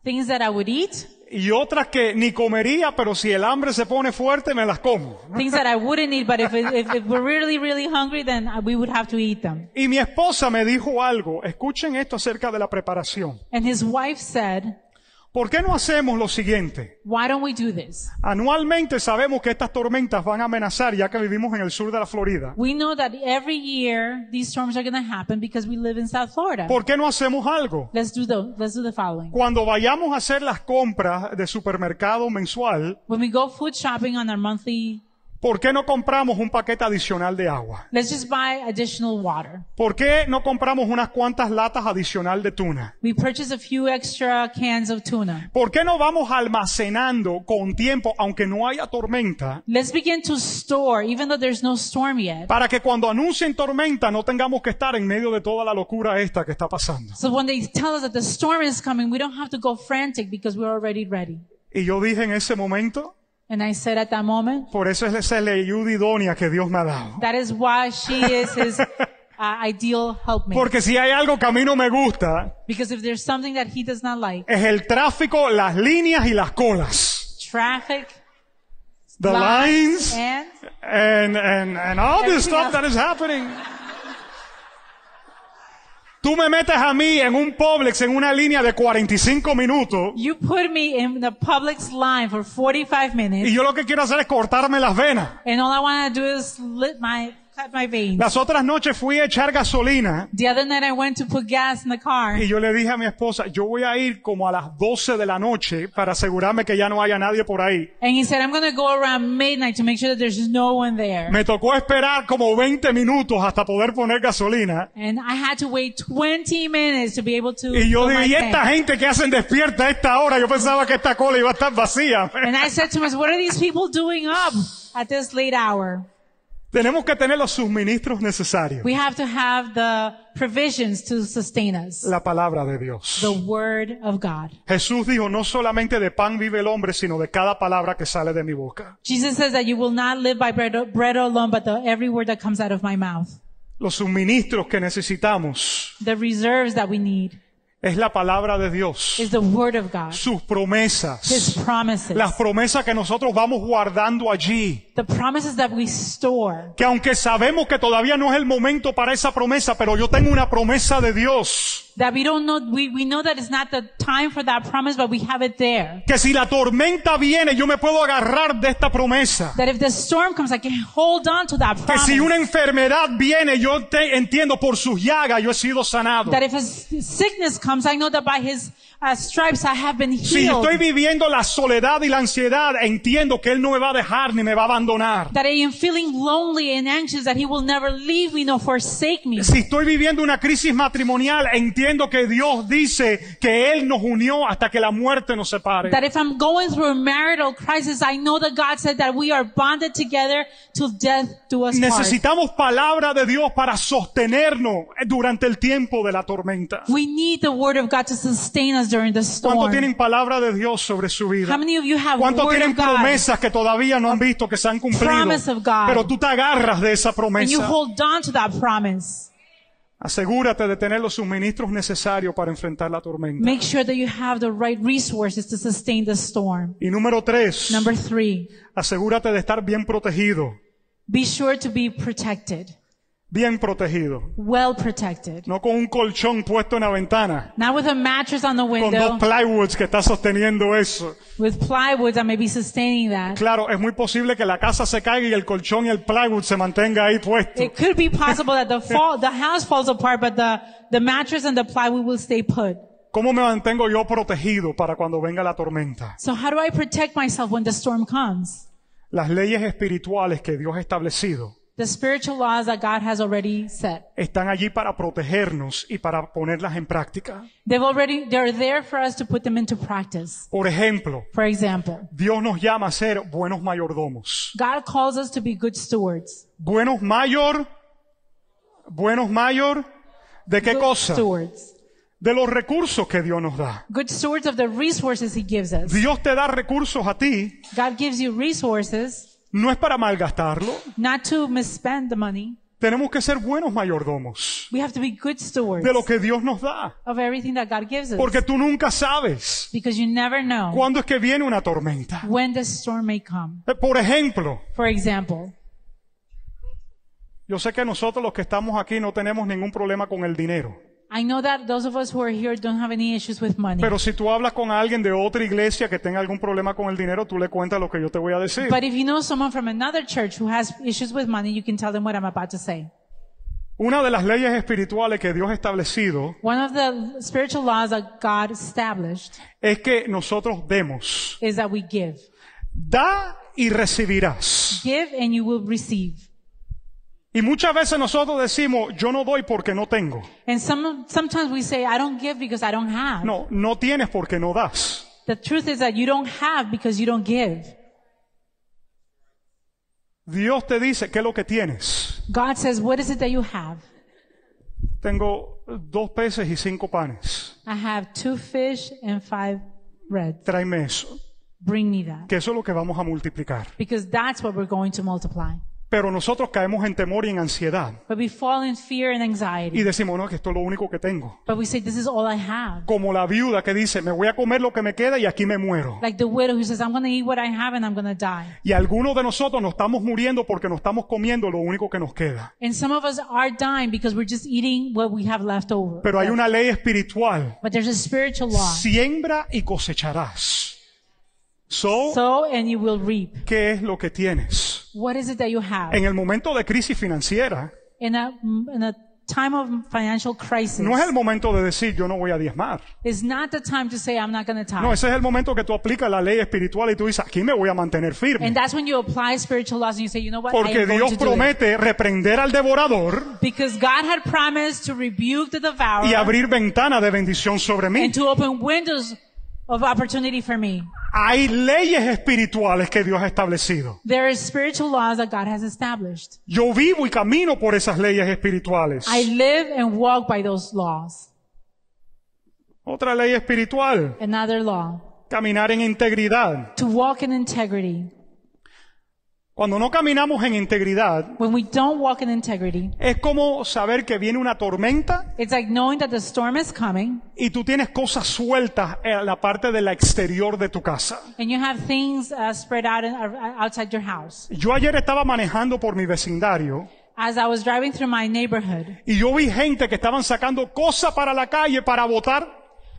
S2: Things that I would eat,
S1: y otras que ni comería, pero si el hambre se pone fuerte me las como.
S2: things that I wouldn't eat, but if, it, if, if we're really, really hungry, then uh, we would have to eat them.
S1: Y mi esposa me dijo algo, escuchen esto acerca de la preparación.
S2: And his wife said,
S1: ¿Por qué no hacemos lo siguiente?
S2: why don't we do this?
S1: Anualmente sabemos que estas tormentas van a amenazar ya que vivimos en el sur de la Florida.
S2: We know that every year these storms are going to happen because we live in South Florida.
S1: ¿Por qué no hacemos algo?
S2: Let's do the let's do the following.
S1: Cuando vayamos a hacer las compras de supermercado mensual,
S2: When we go food shopping on our monthly
S1: ¿Por qué no compramos un paquete adicional de agua?
S2: Let's just buy additional water.
S1: ¿Por qué no compramos unas cuantas latas adicional de tuna?
S2: We purchase a few extra cans of tuna.
S1: ¿Por qué no vamos almacenando con tiempo, aunque no haya tormenta,
S2: Let's begin to store, even though there's no storm yet.
S1: para que cuando anuncien tormenta no tengamos que estar en medio de toda la locura esta que está pasando?
S2: So when they tell us that the storm is coming, we don't have to go frantic because we're already ready.
S1: Y yo dije en ese momento,
S2: And I said at that moment,
S1: por eso es esa es la ayuda idónea que Dios me ha dado.
S2: that is why she is his uh, ideal helpmate.
S1: Porque si hay algo que a mí no me gusta,
S2: because if there's something that he does not like,
S1: es el tráfico, las líneas y las colas.
S2: traffic,
S1: The
S2: lines,
S1: lines and,
S2: and
S1: and, and all this
S2: Everything
S1: stuff
S2: else.
S1: that is happening. Tú me metes a mí en un Publix en una línea de 45 minutos
S2: you put me in the public's line for 45 minutes,
S1: y yo lo que quiero hacer es cortarme las venas.
S2: and all I want to do is lit my cut my veins.
S1: Las otras noches fui a echar gasolina
S2: The other night I went to put gas in the car,
S1: y yo le dije a mi esposa, yo voy a ir como a las 12 de la noche para asegurarme que ya no haya nadie por ahí.
S2: and he said, "I'm going to go around midnight to make sure that there's no one there."
S1: Me tocó esperar como 20 minutos hasta poder poner gasolina.
S2: And I had to wait 20 minutes to be able to.
S1: Y yo
S2: fill
S1: dije,
S2: my
S1: ¿y
S2: tank."
S1: esta gente que hacen despierta a esta hora? Yo pensaba que esta cola iba a estar vacía.
S2: And I said to myself, what are these people doing up at this late hour?
S1: Tenemos que tener los suministros necesarios.
S2: We have to have the provisions to sustain us.
S1: La palabra de Dios.
S2: The word of God.
S1: Jesús dijo, no solamente de pan vive el hombre, sino de cada palabra que sale de mi boca.
S2: Jesus says that you will not live by bread, bread alone, but the, every word that comes out of my mouth.
S1: Los suministros que necesitamos
S2: The reserves that we need
S1: es la palabra de Dios,
S2: is the word of God.
S1: sus
S2: His
S1: promesas,
S2: promises.
S1: las promesas que nosotros vamos guardando allí.
S2: The promises that we store.
S1: Que aunque sabemos que todavía no es el momento para esa promesa, pero yo tengo una promesa de Dios.
S2: That we don't know, we, we know that it's not the time for that promise, but we have it there.
S1: Que si la tormenta viene, yo me puedo agarrar de esta promesa.
S2: That if the storm comes, I can hold on to that
S1: Que
S2: promise.
S1: si una enfermedad viene, yo te entiendo por sus llagas, yo he sido sanado.
S2: That if his sickness comes, I know that by his uh, stripes I have been
S1: Si
S2: healed.
S1: estoy viviendo la soledad y la ansiedad, entiendo que Él no me va a dejar ni me va a abandonar.
S2: that I am feeling lonely and anxious, that he will never leave me nor forsake me.
S1: Si estoy viviendo una crisis matrimonial, entiendo que Dios dice que Él nos unió hasta que la muerte nos separe.
S2: That if I'm going through a marital crisis, I know that God said that we are bonded together till death do us part.
S1: Necesitamos palabra de Dios para sostenernos durante el tiempo de la tormenta.
S2: We need the word of God to sustain us during the
S1: ¿Cuántos
S2: storm.
S1: tienen palabra de Dios sobre su
S2: How
S1: vida?
S2: many of you have
S1: ¿Cuántos
S2: word
S1: tienen
S2: of God?
S1: promesas que todavía no han visto, que se han cumplido?
S2: Promise of God.
S1: Pero tú te agarras de esa
S2: And you
S1: promesa.
S2: hold on to that promise.
S1: Asegúrate de tener los suministros necesarios para enfrentar la tormenta.
S2: Make sure that you have the right resources to sustain the storm.
S1: Y número tres,
S2: Number three,
S1: asegúrate de estar bien protegido.
S2: be sure to be protected.
S1: Bien protegido.
S2: well protected.
S1: No con un colchón puesto en la ventana,
S2: Not with a mattress on the
S1: con dos
S2: window,
S1: plywoods que está sosteniendo eso.
S2: with plywood that may be sustaining that.
S1: Claro, es muy posible que la casa se caiga y el colchón y el plywood se mantenga ahí puesto.
S2: It could be possible that the fall, the house falls apart, but the, the mattress and the plywood will stay put.
S1: ¿Cómo me mantengo yo protegido para cuando venga la tormenta?
S2: So how do I protect myself when the storm comes?
S1: Las leyes espirituales que Dios ha establecido
S2: The spiritual laws that God has already set.
S1: están allí para protegernos y para ponerlas en práctica.
S2: They've already, they're there for us to put them into practice.
S1: Por ejemplo,
S2: For example,
S1: Dios nos llama a ser buenos mayordomos.
S2: God calls us to be good stewards.
S1: Buenos mayor, buenos mayor, ¿de qué
S2: Good
S1: cosa?
S2: Stewards.
S1: De los recursos que Dios nos da.
S2: Good stewards of the resources He gives us.
S1: Dios te da recursos a ti,
S2: God gives you resources,
S1: no es para malgastarlo.
S2: not to misspend the money.
S1: Tenemos que ser buenos mayordomos
S2: We have to be good stewards
S1: de lo que Dios nos da.
S2: of everything that God gives us.
S1: Porque tú nunca sabes
S2: because you never know
S1: cuándo es que viene una tormenta.
S2: when the storm may come.
S1: Eh, Por ejemplo,
S2: For example,
S1: yo sé que nosotros los que estamos aquí no tenemos ningún problema con el dinero.
S2: I know that those of us who are here don't have any issues with money.
S1: Pero si tú hablas con alguien de otra iglesia que tenga algún problema con el dinero, tú le cuentas lo que yo te voy a decir.
S2: but if you know someone from another church who has issues with money, you can tell them what I'm about to say.
S1: Una de las leyes espirituales que Dios ha establecido
S2: One of the spiritual laws that God established
S1: es que nosotros demos.
S2: is that we give.
S1: Da y recibirás.
S2: Give and you will receive.
S1: Y muchas veces nosotros decimos, yo no doy porque no tengo.
S2: And some, sometimes we say, I don't give because I don't have.
S1: No, no tienes porque no das.
S2: The truth is that you don't have because you don't give.
S1: Dios te dice, ¿qué es lo que tienes?
S2: God says, What is it that you have?
S1: Tengo dos peces y cinco panes.
S2: I have two fish and five bread.
S1: Tráeme eso,
S2: Bring me that.
S1: que eso es lo que vamos a multiplicar.
S2: Because that's what we're going to multiply.
S1: Pero nosotros caemos en temor y en ansiedad.
S2: But we fall in fear and
S1: Y
S2: anxiety.
S1: decimos, no, que esto es lo único que tengo.
S2: But we say, This is all I have.
S1: Como la viuda que dice, me voy a comer lo que me queda y aquí me muero.
S2: Like the widow who says, I'm going to eat what I have and I'm going to die.
S1: Y algunos de nosotros nos estamos muriendo porque nos estamos comiendo lo único que nos queda.
S2: And some of us are dying because we're just eating what we have left over.
S1: Pero hay una ley espiritual.
S2: But there's a spiritual law.
S1: Siembra y cosecharás. So,
S2: Sow and you will reap.
S1: ¿qué es lo que tienes?
S2: What is it that you have?
S1: En el momento de crisis financiera,
S2: In a, in a time of financial crisis,
S1: no es el momento de decir yo no voy a diezmar.
S2: it's not the time to say, I'm not going to tithe.
S1: No, ese es el momento que tú aplicas la ley espiritual y tú dices, aquí me voy a mantener firme.
S2: And that's when you apply spiritual laws and you say, you know what, I
S1: Porque
S2: am going
S1: Dios
S2: to do it.
S1: promete reprender al devorador
S2: Because God had promised to rebuke the devourer
S1: y abrir ventana de bendición sobre mí.
S2: and to open windows of opportunity for me.
S1: Hay leyes espirituales que Dios ha establecido.
S2: There is spiritual laws that God has established.
S1: Yo vivo y camino por esas leyes espirituales.
S2: I live and walk by those laws.
S1: Otra ley espiritual,
S2: Another law,
S1: caminar en integridad.
S2: to walk in integrity.
S1: Cuando no caminamos en integridad,
S2: When we don't walk in integrity,
S1: es como saber que viene una tormenta
S2: it's like knowing that the storm is coming
S1: y tú tienes cosas sueltas en la parte de la exterior de tu casa.
S2: and you have things uh, spread out in, uh, outside your house.
S1: Yo ayer estaba manejando por mi vecindario
S2: As I was driving through my neighborhood,
S1: y yo vi gente que estaban sacando cosas para la calle para votar.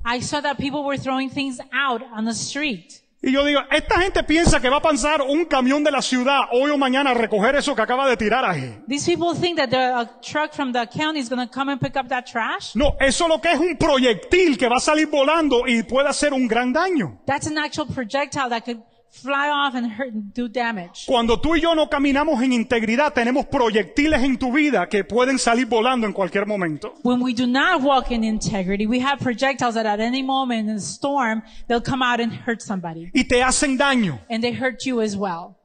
S2: I saw that people were throwing things out on the street.
S1: Y yo digo, esta gente piensa que va a pasar un camión de la ciudad hoy o mañana a recoger eso que acaba de tirar ahí.
S2: These people think that the a truck from the county is going to come and pick up that trash.
S1: No, eso lo que es un proyectil que va a salir volando y puede hacer un gran daño.
S2: That's an actual projectile that could fly off and hurt and do damage.
S1: Cuando tú y yo no caminamos en integridad, tenemos proyectiles en tu vida que pueden salir volando en cualquier momento.
S2: When we do not walk in integrity, we have projectiles that at any moment in a storm, they'll come out and hurt somebody.
S1: Y te hacen daño.
S2: And they hurt you as well.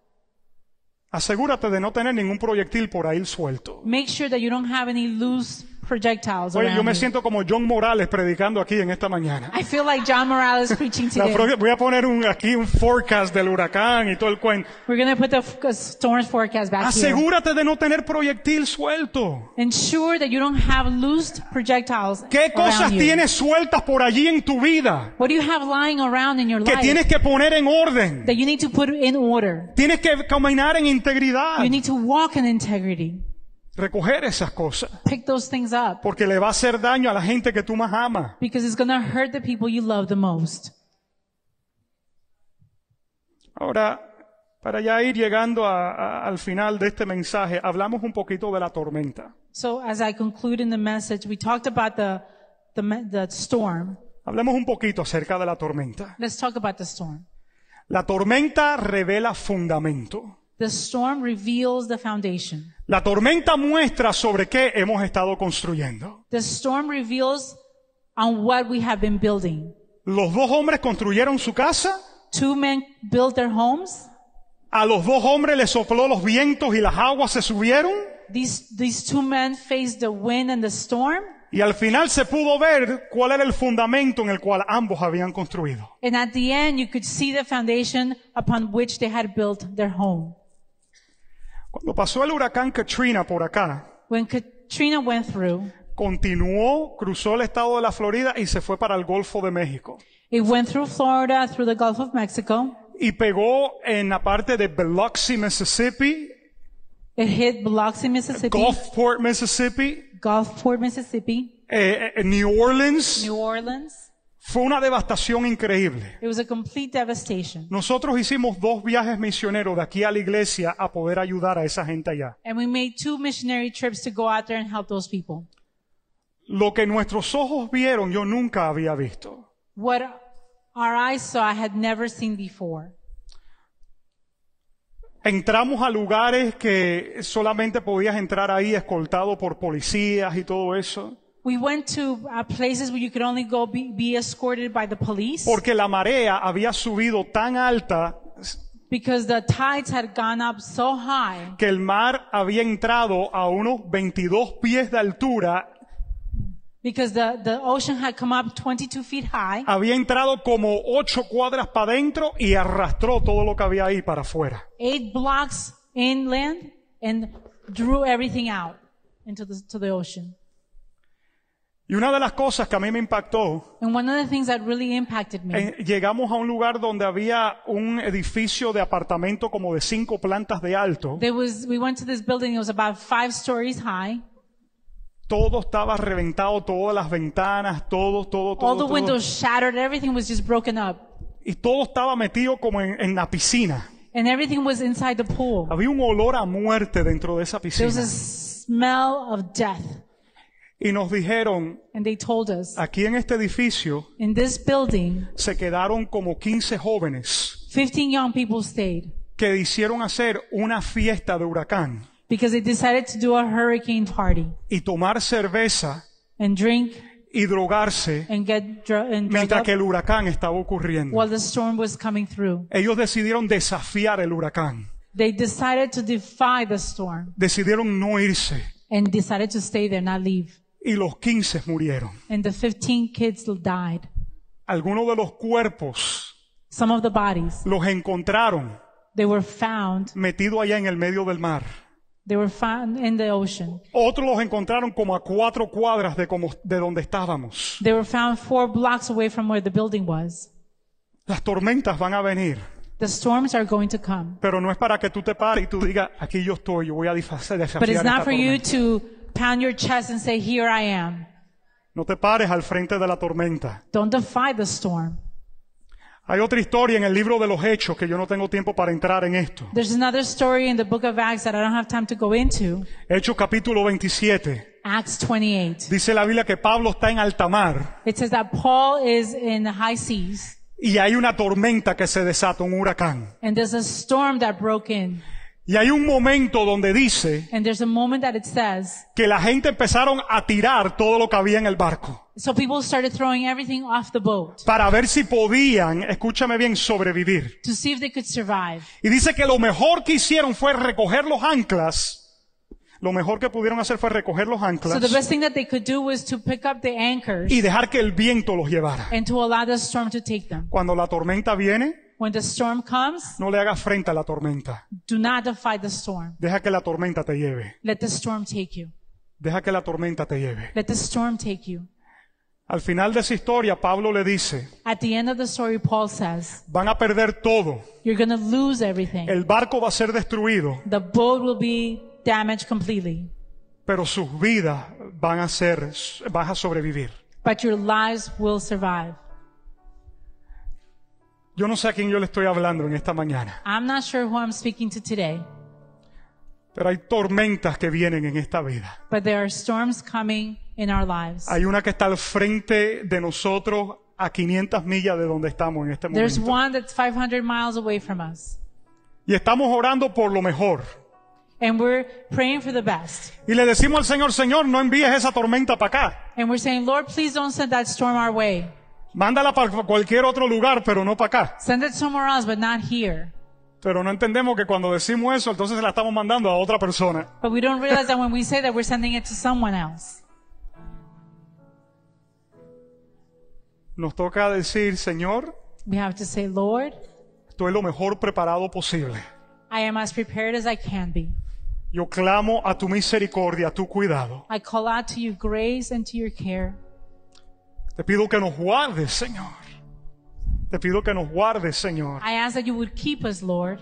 S1: Asegúrate de no tener ningún proyectil por ahí suelto.
S2: Make sure that you don't have any loose projectiles
S1: Oye,
S2: around
S1: yo me
S2: you.
S1: siento como John Morales predicando aquí en esta mañana.
S2: I feel like John Morales preaching
S1: La
S2: today.
S1: pro- voy a poner un, aquí un forecast del huracán y todo el cuento.
S2: We're going to put the f- uh, storm forecast
S1: Ah,
S2: back here.
S1: Asegúrate de no tener proyectil suelto.
S2: Ensure that you don't have loose projectiles
S1: ¿Qué cosas
S2: around you.
S1: tienes sueltas por allí en tu vida?
S2: What do you have lying around in your
S1: Que
S2: life
S1: tienes que poner en orden.
S2: that you need to put in order?
S1: Tienes que caminar en integridad.
S2: You need to walk in integrity.
S1: Recoger esas cosas.
S2: Pick those things up
S1: Porque le va a hacer daño a la gente que tú más amas.
S2: because it's going to hurt the people you love the most.
S1: Ahora, para ya ir llegando a- a- al final de este mensaje, hablamos un poquito de la tormenta.
S2: So as I conclude in the message, we talked about the, the, me- the storm.
S1: Hablemos un poquito acerca de la tormenta.
S2: Let's talk about the storm.
S1: La tormenta revela fundamento.
S2: The storm reveals the foundation.
S1: La tormenta muestra sobre qué hemos estado construyendo.
S2: The storm reveals on what we have been building.
S1: Los dos hombres construyeron su casa,
S2: Two men built their homes.
S1: a los dos hombres les sopló los vientos y las aguas se subieron,
S2: These, these two men faced the wind and the storm.
S1: y al final se pudo ver cuál era el fundamento en el cual ambos habían construido.
S2: And at the end, you could see the foundation upon which they had built their home.
S1: Cuando pasó el huracán Katrina por acá,
S2: When Katrina went through,
S1: continuó, cruzó el estado de la Florida y se fue para el Golfo de México.
S2: it went through Florida, through the Gulf of Mexico.
S1: Y pegó en la parte de Biloxi, Mississippi,
S2: It hit Biloxi, Mississippi,
S1: Gulfport, Mississippi,
S2: Gulfport, Mississippi,
S1: eh, eh, New Orleans.
S2: New Orleans.
S1: Fue una devastación increíble.
S2: It was a complete devastation.
S1: Nosotros hicimos dos viajes misioneros de aquí a la iglesia a poder ayudar a esa gente allá.
S2: And we made two missionary trips to go out there and help those people.
S1: Lo que nuestros ojos vieron yo nunca había visto.
S2: What our eyes saw, I had never seen before.
S1: Entramos a lugares que solamente podías entrar ahí escoltado por policías y todo eso,
S2: We went to uh, places where you could only go be, be escorted by the police
S1: porque la marea había subido tan alta
S2: because the tides had gone up so high
S1: que el mar había entrado a unos 22 pies de altura,
S2: because the, the ocean had come up 22 feet high.
S1: había entrado como 8 cuadras para adentro y arrastró todo lo que había ahí para afuera.
S2: eight blocks inland and drew everything out into the, to the ocean.
S1: Y una de las cosas que a mí me impactó,
S2: And one of the things that really impacted me,
S1: eh, llegamos a un lugar donde había un edificio de apartamento como de 5 plantas de alto,
S2: there was, we went to this building, it was about five stories high.
S1: todo estaba reventado, todas las ventanas, todo, todo,
S2: All the
S1: todo. todo.
S2: windows shattered, everything was just broken up.
S1: Y todo estaba metido como en, en la piscina.
S2: And everything was inside the pool.
S1: Había un olor a muerte dentro de esa
S2: There was a
S1: piscina.
S2: smell of death.
S1: Y nos dijeron,
S2: And they told us,
S1: aquí en este edificio
S2: in this building,
S1: se quedaron como 15 jóvenes
S2: 15 young people stayed
S1: que hicieron hacer una fiesta de huracán
S2: because they decided to do a hurricane party
S1: y tomar cerveza
S2: and drink
S1: y drogarse
S2: and get dr- and drunk
S1: mientras
S2: up
S1: que el huracán estaba ocurriendo.
S2: while the storm was coming through.
S1: Ellos decidieron desafiar el huracán,
S2: They decided to defy the storm
S1: decidieron no irse
S2: and decided to stay there, not leave.
S1: y los 15 murieron.
S2: And the 15 kids died.
S1: Algunos de los cuerpos
S2: Some of the bodies,
S1: los encontraron
S2: they were found,
S1: metidos allá en el medio del mar.
S2: they were found in the ocean.
S1: Otros los encontraron como a cuatro cuadras de, como, de donde estábamos.
S2: They were found four blocks away from where the building was.
S1: Las tormentas van a venir.
S2: The storms are going to come.
S1: Pero no es para que tú te pares y tú digas, aquí yo estoy, yo voy a disfrazar, desafiar
S2: But it's
S1: esta
S2: not for you
S1: tormenta.
S2: to pound your chest and say, here I am.
S1: No te pares al frente de la tormenta.
S2: Don't defy the storm.
S1: Hay otra historia en el libro de los Hechos que yo no tengo tiempo para entrar en esto.
S2: There's another story in the book of Acts that I don't have time to go into.
S1: Hechos capítulo 27.
S2: Acts 28.
S1: Dice la Biblia que Pablo está en alta mar
S2: It says that Paul is in the high seas.
S1: y hay una tormenta que se desata, un huracán.
S2: And there's a storm that broke in.
S1: Y hay un momento donde dice
S2: And there's a moment that it says,
S1: que la gente empezaron a tirar todo lo que había en el barco
S2: so people started throwing everything off the boat
S1: para ver si podían, escúchame bien, sobrevivir.
S2: to see if they could survive.
S1: Y dice que lo mejor que hicieron fue recoger los anclas. Lo mejor que pudieron hacer fue recoger los
S2: So the
S1: anclas
S2: best thing that they could do was to pick up the anchors
S1: y dejar que el viento los llevara.
S2: and to allow the storm to take them.
S1: Cuando la tormenta viene,
S2: When the storm comes,
S1: no le hagas frente a la tormenta.
S2: do not defy the storm.
S1: Deja que la tormenta te lleve.
S2: Let the storm take you.
S1: Deja que la tormenta te lleve.
S2: Let the storm take you.
S1: Al final de esa historia, Pablo le dice,
S2: At the end of the story, Paul says,
S1: van a perder todo.
S2: you're going to lose everything.
S1: El barco va a ser destruido,
S2: The boat will be damaged completely,
S1: pero sus vidas van a ser, vas a sobrevivir.
S2: but your lives will survive.
S1: Yo no sé a quién yo le estoy hablando en esta mañana,
S2: I'm not sure who I'm speaking to today,
S1: pero hay tormentas que vienen en esta vida.
S2: but there are storms coming in our lives.
S1: Hay una que está al frente de nosotros a 500 millas de donde estamos en este
S2: There's
S1: momento.
S2: one that's 500 miles away from us,
S1: Y estamos orando por lo mejor.
S2: and we're praying for the best.
S1: Y le decimos al Señor, Señor, no envíes esa tormenta para acá.
S2: And we're saying, Lord, please don't send that storm our way.
S1: Mándala para cualquier otro lugar, pero no para acá.
S2: Send it somewhere else, but not here.
S1: Pero no entendemos que cuando decimos eso, entonces se la estamos mandando a otra persona.
S2: But we don't realize that when we say that, we're sending it to someone else.
S1: Nos toca decir, Señor,
S2: We have to say, Lord,
S1: estoy lo mejor preparado posible.
S2: I am as prepared as I can be.
S1: Yo clamo a tu misericordia, a tu cuidado.
S2: I call out to your grace and to your care.
S1: Te pido que nos guardes, Señor. Te pido que nos guardes, Señor.
S2: I ask that you would keep us, Lord,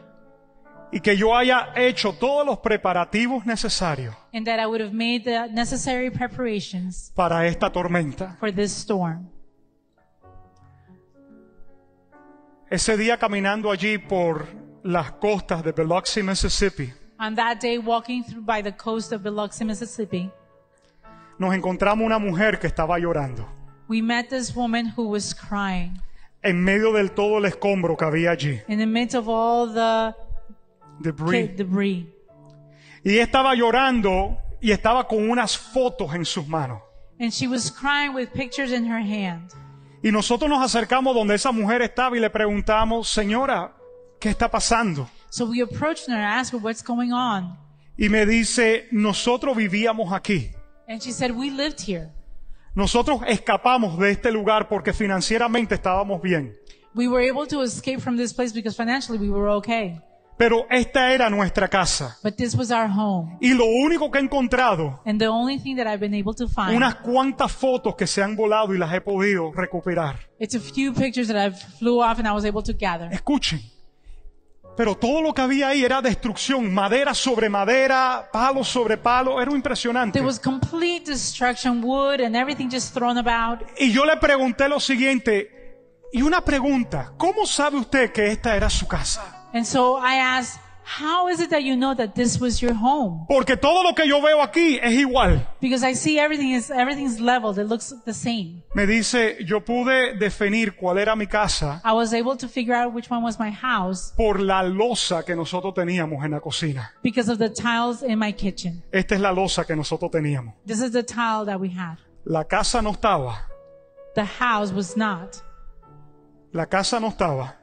S1: y que yo haya hecho todos los preparativos necesarios
S2: and that I would have made the necessary preparations
S1: para esta tormenta.
S2: for this storm.
S1: Ese día caminando allí por las costas de Biloxi, Mississippi,
S2: On that day, walking through by the coast of Biloxi, Mississippi,
S1: nos encontramos una mujer que estaba llorando
S2: we met this woman who was crying
S1: en medio del todo el escombro que había allí.
S2: in the midst of all the Okay,
S1: debris.
S2: debris.
S1: Y ella estaba llorando y estaba con unas fotos en sus manos.
S2: And she was crying with pictures in her hand.
S1: Y nosotros nos acercamos donde esa mujer estaba y le preguntamos, señora, ¿qué está pasando?
S2: So we approached her and asked her what's going on.
S1: Y me dice, nosotros vivíamos aquí.
S2: And she said, we lived here.
S1: Nosotros escapamos de este lugar porque financieramente estábamos bien.
S2: We were able to escape from this place because financially we were okay.
S1: Pero esta era nuestra casa.
S2: But this was our home.
S1: Y lo único que he encontrado,
S2: And the only thing that I've been able to find,
S1: unas cuantas fotos que se han volado y las he podido recuperar.
S2: it's a few pictures that I flew off and I was able to gather.
S1: Escuchen. Pero todo lo que había ahí era destrucción, madera sobre madera, palo sobre palo, era impresionante.
S2: There was complete destruction, wood and everything just thrown about.
S1: Y yo le pregunté lo siguiente, y una pregunta, ¿cómo sabe usted que esta era su casa?
S2: And so I asked, how is it that you know that this was your home?
S1: Porque todo lo que yo veo aquí es igual.
S2: Because I see everything is, everything's leveled. It looks the same.
S1: Me dice, yo pude definir cuál era mi casa
S2: I was able to figure out which one was my house
S1: por la losa que nosotros teníamos en la cocina.
S2: because of the tiles in my kitchen.
S1: Esta es la losa que nosotros teníamos.
S2: This is the tile that we had.
S1: La casa no estaba,
S2: The house was not.
S1: la casa no estaba,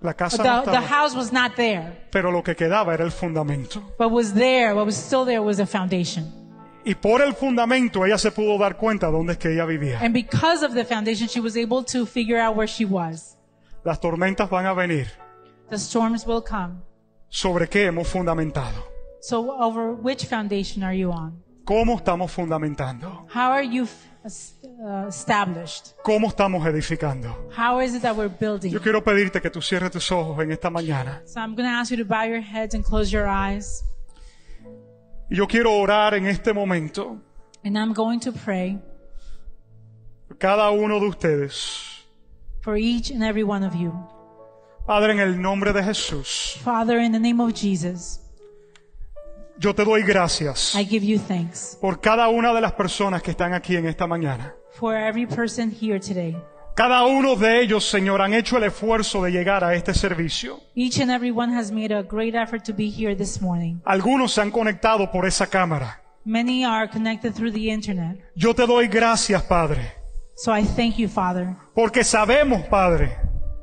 S1: la casa Ah, no
S2: The, the
S1: estaba.
S2: house was not there,
S1: Pero lo que quedaba era el fundamento.
S2: but was there. What was still there was the foundation.
S1: Y por el fundamento ella se pudo dar cuenta dónde es que ella vivía.
S2: And because of the foundation, she was able to figure out where she was.
S1: Las tormentas van a venir
S2: The storms will come.
S1: sobre qué hemos fundamentado.
S2: So over which foundation are you on?
S1: ¿Cómo estamos fundamentando?
S2: How are you f- es- uh, established?
S1: ¿Cómo estamos edificando?
S2: How is it that we're building?
S1: Yo quiero pedirte que tú cierres tus ojos en esta mañana.
S2: So I'm going to ask you to bow your heads and close your eyes.
S1: Y yo quiero orar en este momento
S2: And I'm going to pray
S1: por cada uno de ustedes.
S2: for each and every one of you.
S1: Padre, en el nombre de Jesús,
S2: Father, in the name of Jesus,
S1: yo te doy gracias
S2: I give you thanks
S1: por cada una de las personas que están aquí en esta mañana.
S2: for every person here today.
S1: Cada uno de ellos, Señor, han hecho el esfuerzo de llegar a este servicio.
S2: Each and every one has made a great effort to be here this morning.
S1: Algunos se han conectado por esa cámara.
S2: Many are connected through the internet.
S1: Yo te doy gracias, Padre,
S2: So I thank you, Father,
S1: porque sabemos, Padre,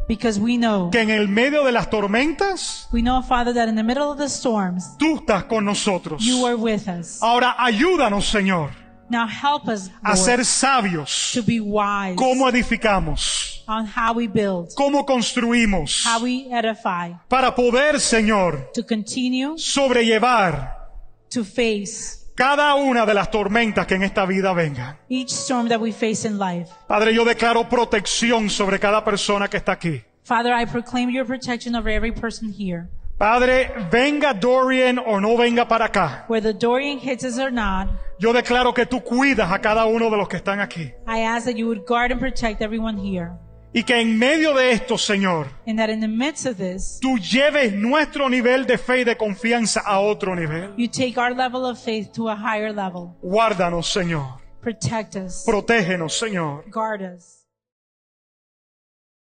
S2: because we know,
S1: que en el medio de las tormentas
S2: we know, Father, that in the middle of the storms,
S1: Tú estás con nosotros.
S2: you are with us.
S1: Ahora ayúdanos, Señor,
S2: Now help us,
S1: a
S2: Lord,
S1: ser sabios.
S2: to be wise
S1: Cómo edificamos,
S2: on how we build,
S1: cómo construimos,
S2: how we edify,
S1: para poder, Señor,
S2: to continue
S1: sobrellevar
S2: to face
S1: cada una de las tormentas que en esta vida vengan.
S2: each storm that we face in life.
S1: Padre, yo declaro protección sobre cada persona que está aquí.
S2: Father, I proclaim your protection over every person here.
S1: Padre, venga Dorian o no venga para acá.
S2: Whether Dorian hits us or not,
S1: Yo declaro que tú cuidas a cada uno de los que están aquí.
S2: I ask that you would guard and protect everyone here.
S1: Y que en medio de esto, Señor,
S2: And that in the midst of this,
S1: tú lleves nuestro nivel de fe y de confianza a otro nivel.
S2: you take our level of faith to a higher level.
S1: Guárdanos, Señor.
S2: Protect us.
S1: Protégenos, Señor.
S2: Guard us.